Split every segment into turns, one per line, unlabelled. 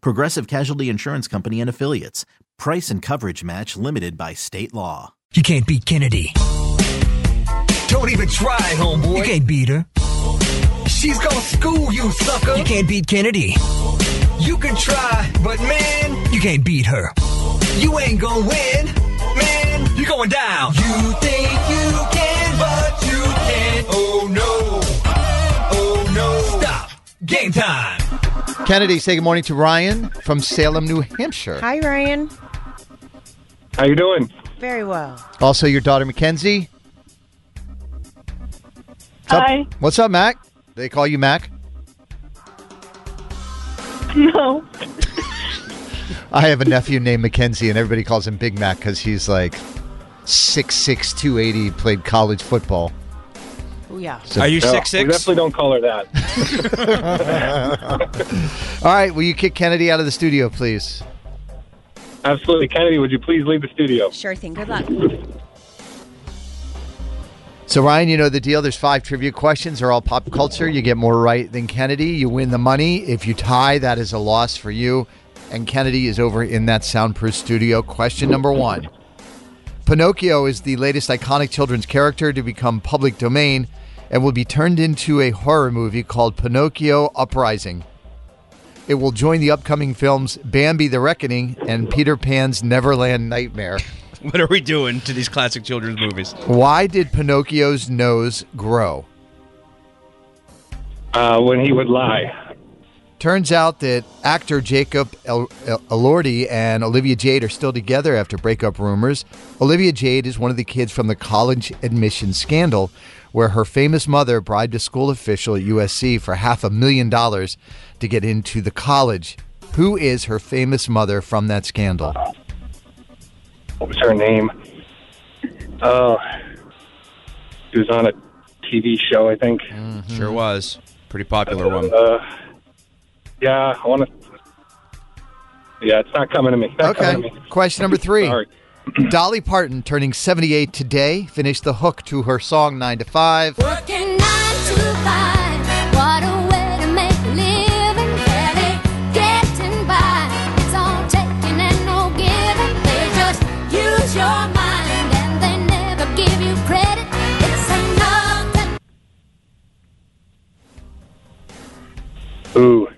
Progressive Casualty Insurance Company and Affiliates. Price and coverage match limited by state law.
You can't beat Kennedy.
Don't even try,
You
homeboy.
can't beat her.
She's gonna school you, sucker.
You can't beat Kennedy.
You can try, but man,
You can't beat her.
you ain't gonna win. Man, you're going down. You think you can, but you can't. Oh no. Oh no. Stop. Game time.
Kennedy, say good morning to Ryan from Salem, New Hampshire.
Hi, Ryan.
How you doing?
Very well.
Also, your daughter Mackenzie. What's up-
Hi.
What's up, Mac? They call you Mac.
No.
I have a nephew named Mackenzie, and everybody calls him Big Mac because he's like 6'6", 280, played college football.
Oh, yeah.
Are you
No,
six
Uh, We
six?
definitely don't call her that.
All right, will you kick Kennedy out of the studio, please?
Absolutely, Kennedy. Would you please leave the studio?
Sure thing. Good luck.
So, Ryan, you know the deal. There's five trivia questions. They're all pop culture. You get more right than Kennedy. You win the money. If you tie, that is a loss for you. And Kennedy is over in that soundproof studio. Question number one Pinocchio is the latest iconic children's character to become public domain and will be turned into a horror movie called Pinocchio Uprising. It will join the upcoming films Bambi the Reckoning and Peter Pan's Neverland Nightmare.
What are we doing to these classic children's movies?
Why did Pinocchio's nose grow?
Uh, when he would lie.
Turns out that actor Jacob El- El- Elordi and Olivia Jade are still together after breakup rumors. Olivia Jade is one of the kids from the college admission scandal, where her famous mother bribed a school official at USC for half a million dollars to get into the college. Who is her famous mother from that scandal?
What was her name? Oh, she was on a TV show, I think.
Mm-hmm.
Sure was. Pretty popular one.
Uh, yeah, I want to. Yeah, it's not coming to me. Not
Okay.
Coming to me.
Question number three.
Sorry.
Dolly Parton, turning 78 today, finished the hook to her song 9 to 5.
Working nine to five. What a way to make a living, barely getting by. It's all taking and no giving. They just use your mind and they never give you credit. It's enough.
Ooh.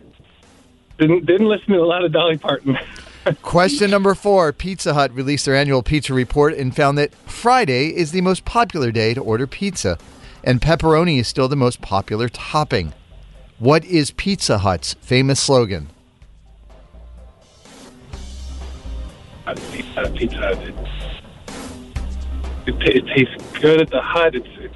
Didn't didn't listen to a lot of Dolly Parton.
Question number four Pizza Hut released their annual pizza report and found that Friday is the most popular day to order pizza, and pepperoni is still the most popular topping. What is Pizza Hut's famous slogan?
Uh, pizza, pizza. Hut, It, it, ta- it tastes good at the hut. It's. it's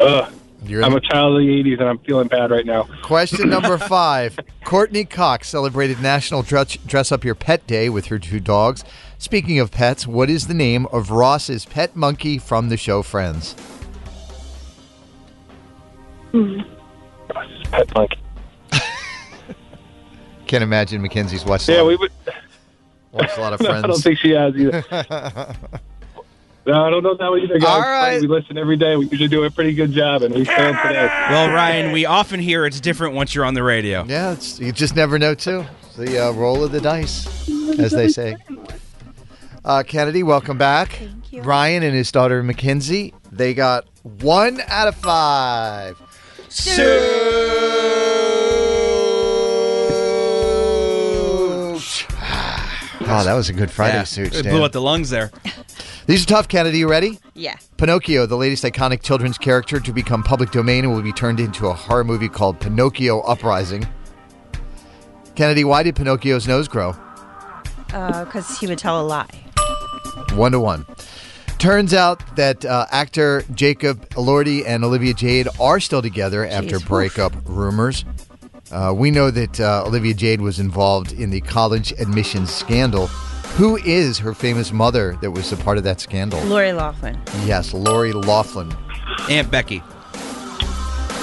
Ugh.
You're
I'm a child of the 80s and I'm feeling bad right now.
Question number five. Courtney Cox celebrated National Dress, Dress Up Your Pet Day with her two dogs. Speaking of pets, what is the name of Ross's pet monkey from the show Friends?
Pet monkey.
Can't imagine Mackenzie's watched,
Yeah, we would.
watched a lot of
No, I
Friends.
don't think she has either. no, I don't know that one either, guys.
All right.
We listen every day. We usually do a pretty good job, and we failed today.
Well, Ryan, we often hear it's different once you're on the radio.
Yeah, it's, you just never know, too. It's The uh, roll of the dice, as they say. Uh, Kennedy, welcome back. Thank
you.
Ryan and his daughter Mackenzie, they got one out of five.
Suit.
Oh, that was a good Friday suit.
It
Stan.
blew out the lungs there.
These are tough, Kennedy. You ready?
Yeah.
Pinocchio, the latest iconic children's character to become public domain and will be turned into a horror movie called Pinocchio Uprising. Kennedy, why did Pinocchio's nose grow?
Because Uh, he would tell a lie.
One to one. Turns out that uh, actor Jacob Elordi and Olivia Jade are still together after
Jeez,
breakup rumors. Uh, we know that uh, Olivia Jade was involved in the college admissions scandal. Who is her famous mother that was a part of that scandal?
Lori Laughlin.
Yes, Lori Laughlin.
Aunt Becky.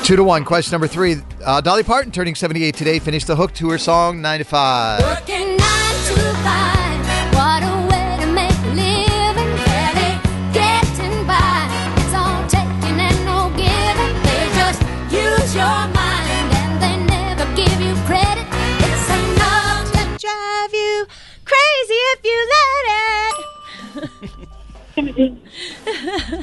Two to one. Question number three. Uh, Dolly Parton turning 78 today finished the hook to her song 9 to 5.
Working nine to five. What a way to make a living, barely getting by. It's all taking and no giving. They just use your mind and they never give you credit. It's enough to
Drive you crazy if you let it.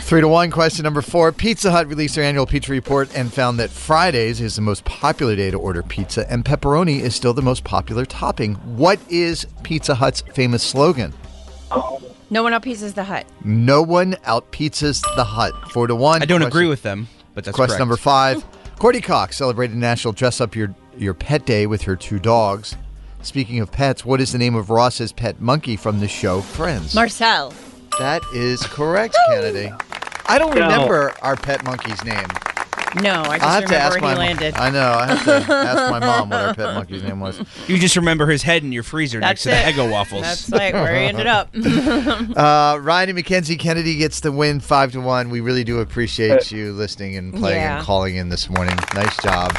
Three to one. Question number four. Pizza Hut released their annual pizza report and found that Fridays is the most popular day to order pizza and pepperoni is still the most popular topping. What is Pizza Hut's famous slogan?
No one outpieces the hut.
No one out pizzas the hut. Four to one.
I don't
Question-
agree with them, but that's
Quest
correct.
number five. Cordy Cox celebrated National Dress Up Your Your Pet Day with her two dogs. Speaking of pets, what is the name of Ross's pet monkey from the show Friends?
Marcel.
that is correct, Kennedy. I don't remember our pet monkey's name.
No, I just
I have
remember
to ask
where
my.
he landed.
I know. I have to ask my mom what our pet monkey's name was.
You just remember his head in your freezer
That's
next to the
it.
Eggo waffles.
That's like where he ended up.
Uh, Ryan and Mackenzie Kennedy gets the win, five to one. We really do appreciate you listening and playing
Yeah.
and calling in this morning. Nice job.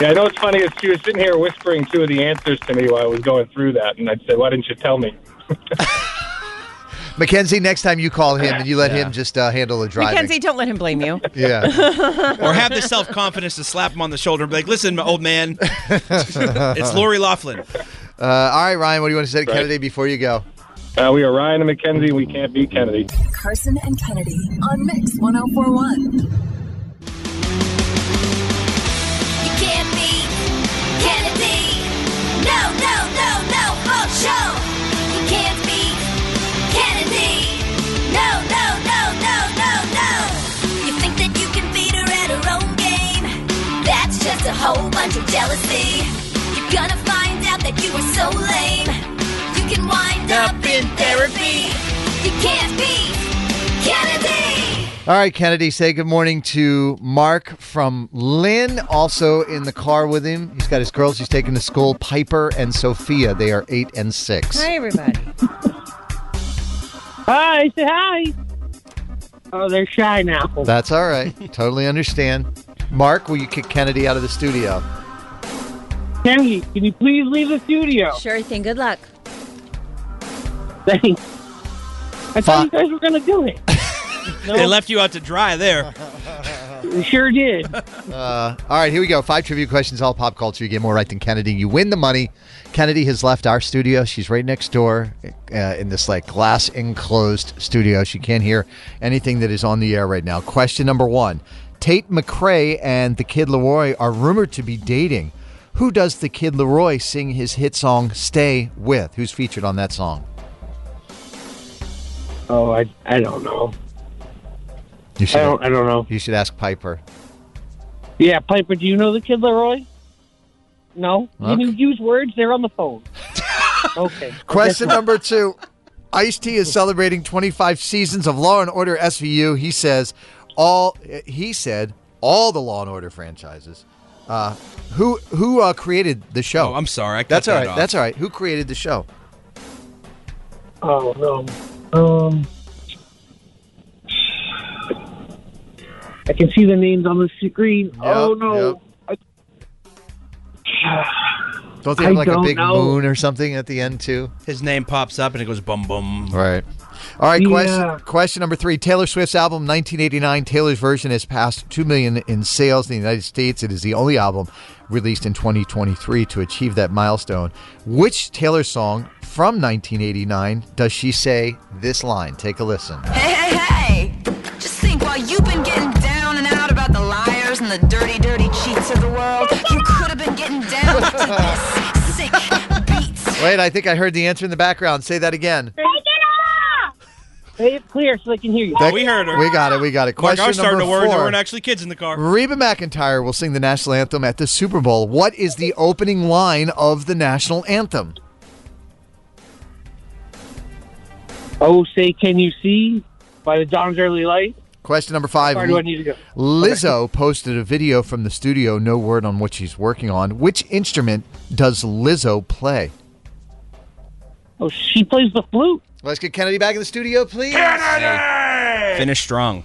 Yeah, I know it's funny. Is she was sitting here whispering two of the answers to me while I was going through that, and I said, "Why didn't you tell me?"
Mackenzie, next time you call him and you let him just uh, handle the driving.
Mackenzie, don't let him blame you.
Yeah.
or have the self confidence to slap him on the shoulder and be like, listen, my old man, it's Lori Laughlin.
Uh, all right, Ryan, what do you want to say to Kennedy before you go?
Uh, we are Ryan and McKenzie. We can't beat Kennedy.
Carson and Kennedy on Mix 1041.
You can't beat Kennedy. No, no, no, no, for sure. You can't beat Kennedy. No, no, no, no, no, no. You think that you can beat her at her own game? That's just a whole bunch of jealousy. You're gonna find out that you are so lame. You can wind up, in therapy. You can't beat Kennedy.
All right, Kennedy, say good morning to Mark from Lynn, also in the car with him. He's got his girls he's taking to school, Piper and Sophia. They are eight and six.
Hi, everybody.
Hi, say hi. Oh, they're shy now.
That's all right. totally understand. Mark, will you kick Kennedy out of the studio?
Kennedy, can you please leave the studio?
Sure thing. Good luck.
Thanks. I thought you guys were going to do it.
They left you out to dry there.
You sure did.
Uh, all right, here we go. Five trivia questions, all pop culture. You get more right than Kennedy. You win the money. Kennedy has left our studio. She's right next door uh, in this like glass enclosed studio. She can't hear anything that is on the air right now. Question number one: Tate McRae and the Kid Leroy are rumored to be dating. Who does the Kid Leroy sing his hit song "Stay with"? Who's featured on that song?
Oh, I, I don't know.
You
I don't, I don't know.
You should ask Piper.
Yeah, Piper, do you know the kid Leroy? No? Can
Okay.
you use words? They're on the phone. okay.
Question number two. Ice T is celebrating 25 seasons of Law and Order SVU. He says all he said all the Law and Order franchises. Uh, who who uh, created the show?
Oh, I'm sorry. I cut
that's all
that
right.
off.
That's all right. Who created the show?
Oh, no. Um, I can see the names on the screen. oh, no.
Don't they
I
have like a
don't
big
know.
moon or something at the end too?
His name pops up and it goes bum bum.
Right. All right,
Yeah.
question, question number three. Taylor Swift's album 1989, Taylor's version has passed 2 million in sales in the United States. It is the only album released in 2023 to achieve that milestone. Which Taylor song from 1989 does she say this line? Take a listen.
Hey, hey, hey! Just think while you've been getting down and out about the liars and the dirty, dirty cheats of the world, you could have been getting down to this sick beats.
Wait, I think I heard the answer in the background. Say that again.
Take it off! Say it clear so they can hear you.
Oh, we heard her.
We got it. We got it.
Mark,
Question
I'm starting to
number
worry that
four.
we're actually kids in the car.
Reba McIntyre will sing the national anthem at the Super Bowl. What is the opening line of the national anthem?
Oh, say, can you see by the dawn's early light?
Question number five.
Where do I need to go?
Lizzo posted a video from the studio, no word on what she's working on. Which instrument does Lizzo play?
Oh, she plays the flute.
Let's get Kennedy back in the studio, please.
Finish strong.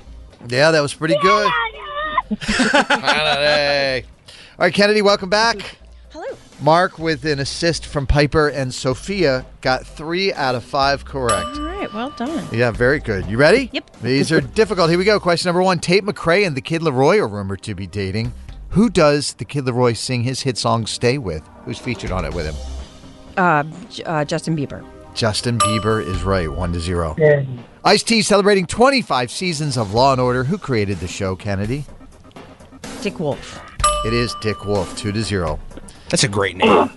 Yeah, that was pretty good. Kennedy. All right, Kennedy, welcome back.
Hello.
Mark, with an assist from Piper and Sophia, got three out of five correct.
All right, well done.
Yeah, very good. You ready?
Yep.
These are difficult. Here we go. Question number one Tate McRae and the Kid Leroy are rumored to be dating. Who does the Kid Leroy sing his hit song Stay With? Who's featured on it with him?
Uh, J- uh, Justin Bieber.
Justin Bieber is right, one to zero. Ice T celebrating 25 seasons of Law and Order. Who created the show, Kennedy?
Dick Wolf.
It is Dick Wolf, two to zero.
That's a great name.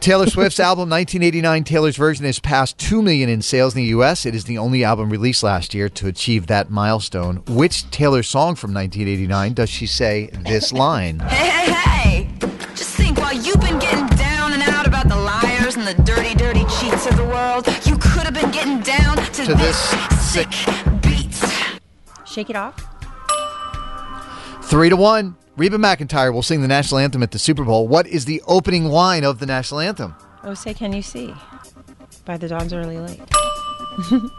Taylor Swift's album 1989 Taylor's Version has passed 2 million in sales in the US. It is the only album released last year to achieve that milestone. Which Taylor song from 1989 does she say this line?
Hey, hey, hey! Just think while you've been getting down and out about the liars and the dirty, dirty cheats of the world, you could have been getting down to,
To this
sick beat.
Shake it off.
3 to 1. Reba McIntyre will sing the national anthem at the Super Bowl. What is the opening line of the national anthem?
Oh, say, can you see? By the dawn's early light.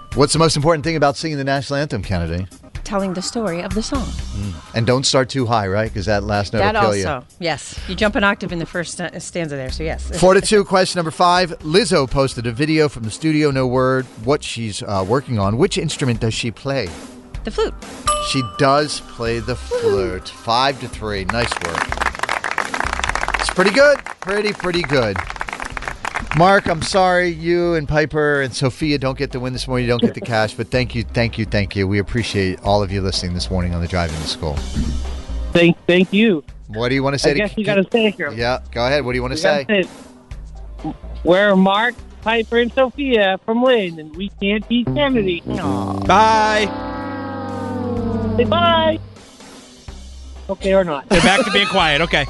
What's the most important thing about singing the national anthem, Kennedy?
Telling the story of the song.
And don't start too high, right? Because that last note
that
will kill you.
also. Yes. You jump an octave in the first sta- stanza there, so yes.
Four to two. Question number five. Lizzo posted a video from the studio. No word what she's uh, working on. Which instrument does she play?
The flute.
She does play the flute. Five to three. Nice work. It's pretty good. Pretty pretty good. Mark, I'm sorry you and Piper and Sophia don't get to win this morning. You don't get the cash, but thank you, thank you, thank you. We appreciate all of you listening this morning on the drive into school.
Thank, thank you.
What do you want to say?
I guess
to,
you got to say here.
Yeah, go ahead. What do you want to say?
We're Mark, Piper, and Sophia from Lynn, and we can't beat Kennedy.
Bye.
Say bye. Okay, or not.
They're back to being quiet. Okay.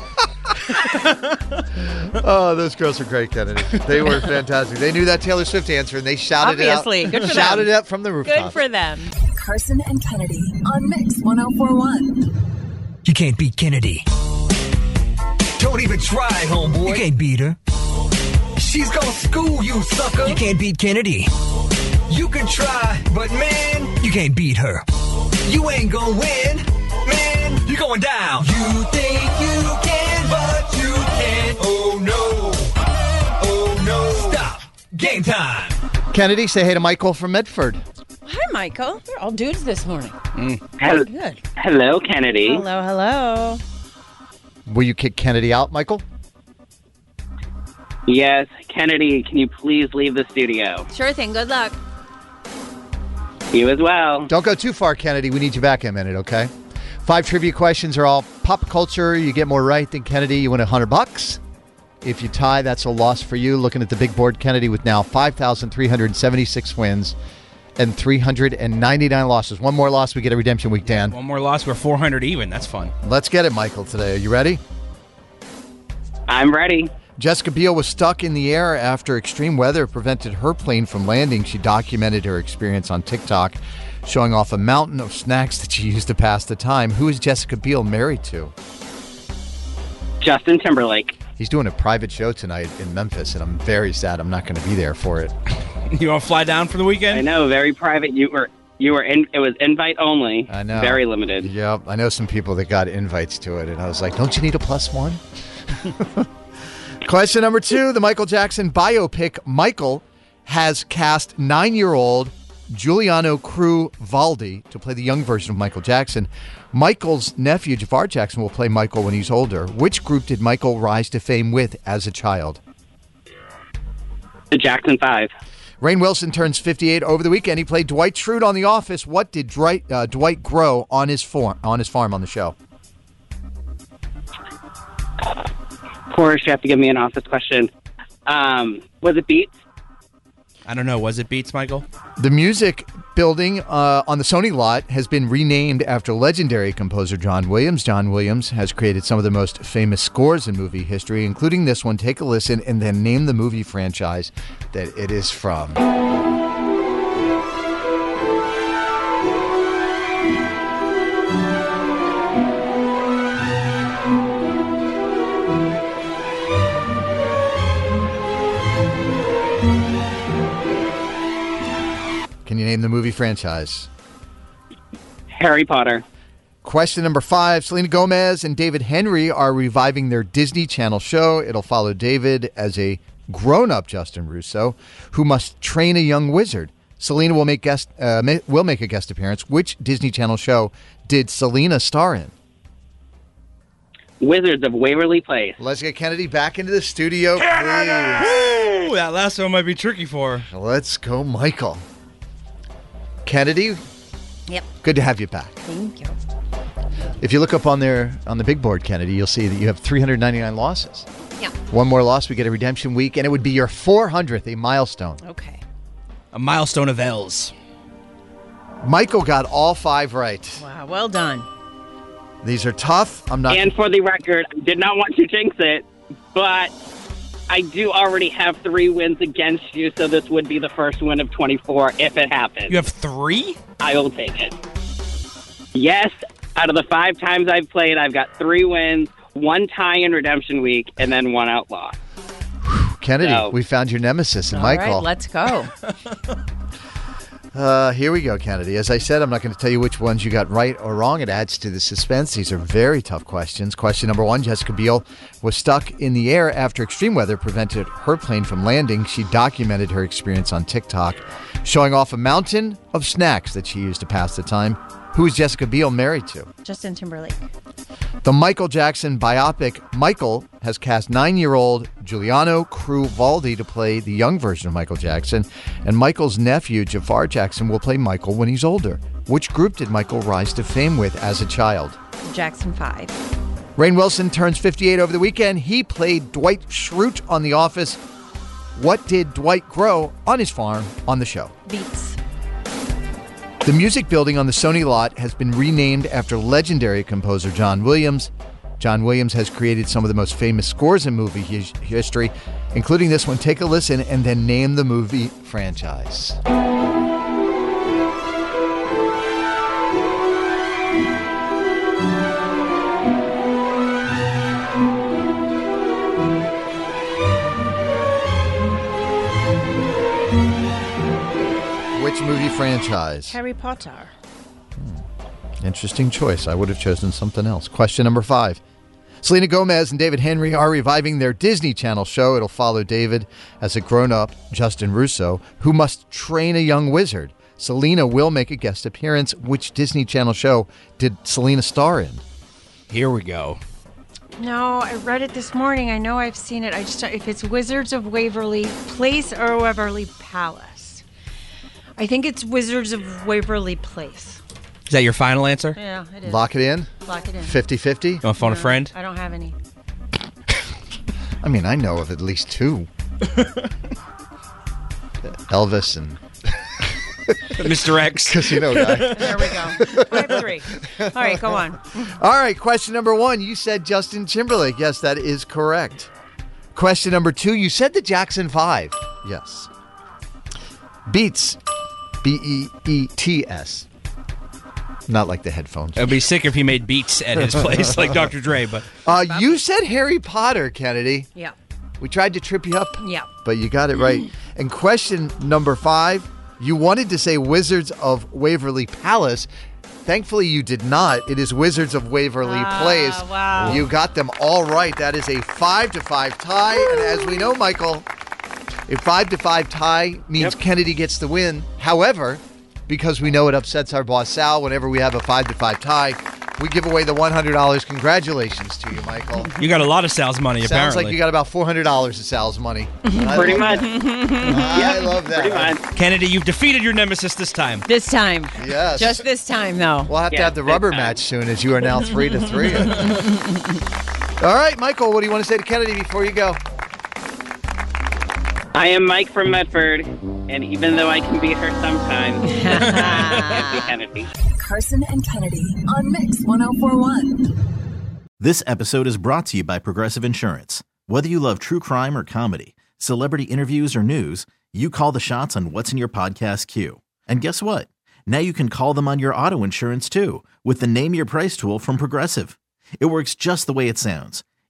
Oh, those girls were great, Kennedy. They were fantastic. They knew that Taylor Swift answer and they shouted
Obviously.
it out.
Good for
shouted
them.
it out from the rooftop.
them.
Carson and Kennedy on Mix 1041.
You can't beat Kennedy.
Don't even try, homeboy.
You can't beat her.
She's gonna school you, sucker.
You can't beat Kennedy.
You can try, but man,
You can't beat her.
you ain't gonna win. Man, you're going down. You think you can, but you can't. Oh no. Oh no. Stop. Game time.
Kennedy, say hey to Michael from Medford.
Hi, Michael. They're all dudes this morning.
Hel-
Good.
Hello, Kennedy.
Hello, hello.
Will you kick Kennedy out, Michael?
Yes, Kennedy, can you please leave the studio?
Sure thing. Good luck.
You as well.
Don't go too far, Kennedy. We need you back in a minute, okay? Five trivia questions are all pop culture. You get more right than Kennedy, you win a hundred bucks. If you tie, that's a loss for you. Looking at the big board, Kennedy with now five thousand three hundred seventy-six wins and three hundred and ninety-nine losses. One more loss, we get a redemption week, Dan.
One more loss. We're 400 even. That's fun.
Let's get it, Michael, today. Are you ready?
I'm ready.
Jessica Biel was stuck in the air after extreme weather prevented her plane from landing. She documented her experience on TikTok, showing off a mountain of snacks that she used to pass the time. Who is Jessica Biel married to?
Justin Timberlake.
He's doing a private show tonight in Memphis, and I'm very sad I'm not going to be there for it.
You want to fly down for the weekend?
I know, very private. You were you were in it was invite only.
I know.
Very limited.
Yep. I know some people that got invites to it, and I was like, don't you need a plus one? Question number two The Michael Jackson biopic, Michael, has cast nine year old Giuliano Crew Valdi to play the young version of Michael Jackson. Michael's nephew, Jafar Jackson, will play Michael when he's older. Which group did Michael rise to fame with as a child?
The Jackson Five.
Rain Wilson turns 58 over the weekend. He played Dwight Schrute on The Office. What did Dwight, uh, Dwight grow on his, form, on his farm on the show?
Of course, you have to give me an office question. Um, was it Beats?
I don't know. Was it Beats, Michael?
The music building uh, on the Sony lot has been renamed after legendary composer John Williams. John Williams has created some of the most famous scores in movie history, including this one. Take a listen and then name the movie franchise that it is from. Can you name the movie franchise?
Harry Potter.
Question number five Selena Gomez and David Henry are reviving their Disney Channel show. It'll follow David as a grown up Justin Russo who must train a young wizard. Selena will make, guest, uh, ma- will make a guest appearance. Which Disney Channel show did Selena star in?
Wizards of Waverly Place.
Let's get Kennedy back into the studio,
please. that last one might be tricky for her.
Let's go, Michael. Kennedy,
Yep.
good to have you back.
Thank you.
If you look up on there on the big board, Kennedy, you'll see that you have 399 losses.
Yeah.
One more loss, we get a redemption week, and it would be your 400th, a milestone.
Okay.
A milestone of L's.
Michael got all five right.
Wow. Well done.
These are tough. I'm not.
And for the record, I did not want to jinx it, but I do already have three wins against you, so this would be the first win of 24 if it happens.
You have three?
I will take it. Yes, out of the five times I've played, I've got three wins, one tie in Redemption Week, and then one outlaw.
Kennedy, we found your nemesis in
All
Michael.
right, let's go.
uh, here we go, Kennedy. As I said, I'm not going to tell you which ones you got right or wrong. It adds to the suspense. These are very tough questions. Question number one Jessica Biel was stuck in the air after extreme weather prevented her plane from landing. She documented her experience on TikTok, showing off a mountain of snacks that she used to pass the time. Who is Jessica Biel married to?
Justin Timberlake.
The Michael Jackson biopic Michael has cast nine year old Giuliano Cruvaldi to play the young version of Michael Jackson, and Michael's nephew Jafar Jackson will play Michael when he's older. Which group did Michael rise to fame with as a child?
Jackson Five.
Rain Wilson turns 58 over the weekend. He played Dwight Schrute on The Office. What did Dwight grow on his farm on the show?
Beats.
The music building on the Sony lot has been renamed after legendary composer John Williams. John Williams has created some of the most famous scores in movie his- history, including this one. Take a listen and then name the movie franchise. Which movie franchise?
Harry Potter.
Interesting choice. I would have chosen something else. Question number five. Selena Gomez and David Henry are reviving their Disney Channel show. It'll follow David as a grown up, Justin Russo, who must train a young wizard. Selena will make a guest appearance. Which Disney Channel show did Selena star in?
Here we go.
No, I read it this morning. I know I've seen it. I just if it's Wizards of Waverly Place or Waverly Palace. I think it's Wizards of Waverly Place.
Is that your final answer?
Yeah, it is.
Lock it in?
Lock it in.
50 50?
You want to phone a
No,
friend?
I don't have any.
I mean, I know of at least two Elvis and
Mr. X.
Casino Guy.
There we go. I have three. All right, go on.
All right, question number one. You said Justin Timberlake. Yes, that is correct. Question number two. You said the Jackson Five. Yes. Beats. B E E T S. Not like the headphones.
It would be sick if he made beats at his place like Dr. Dre, but
Uh, you said Harry Potter, Kennedy.
Yeah.
We tried to trip you up,
Yeah. Mm.
but you got it right. And question number five. You wanted to say Wizards of Waverly Palace. Thankfully, you did not. It is Wizards of Waverly Place.
Ah, wow.
You got them all right. That is a five to five tie. And as we know, Michael, a five to five tie means Kennedy gets the win. However, because we know it upsets our boss Sal whenever we have a five to five tie, we give away the $100. Congratulations to you, Michael.
you got a lot of Sal's money,
Sounds
apparently.
like you got about four hundred dollars of Sal's money. I
Pretty much.
love that. I love that.
Kennedy, you've defeated your nemesis this time.
This time.
Yes.
Just this time, though.
We'll have to have the rubber match soon, as you are now three to three. All right, Michael, what do you want to say to Kennedy before you go?
I am Mike from Medford, and even though I can beat her sometimes, I'm the Kennedy.
Carson and Kennedy on Mix 1041.
This episode is brought to you by Progressive Insurance. Whether you love true crime or comedy, celebrity interviews or news, you call the shots on what's in your podcast queue. And guess what? Now you can call them on your auto insurance too with the Name Your Price tool from Progressive. It works just the way it sounds.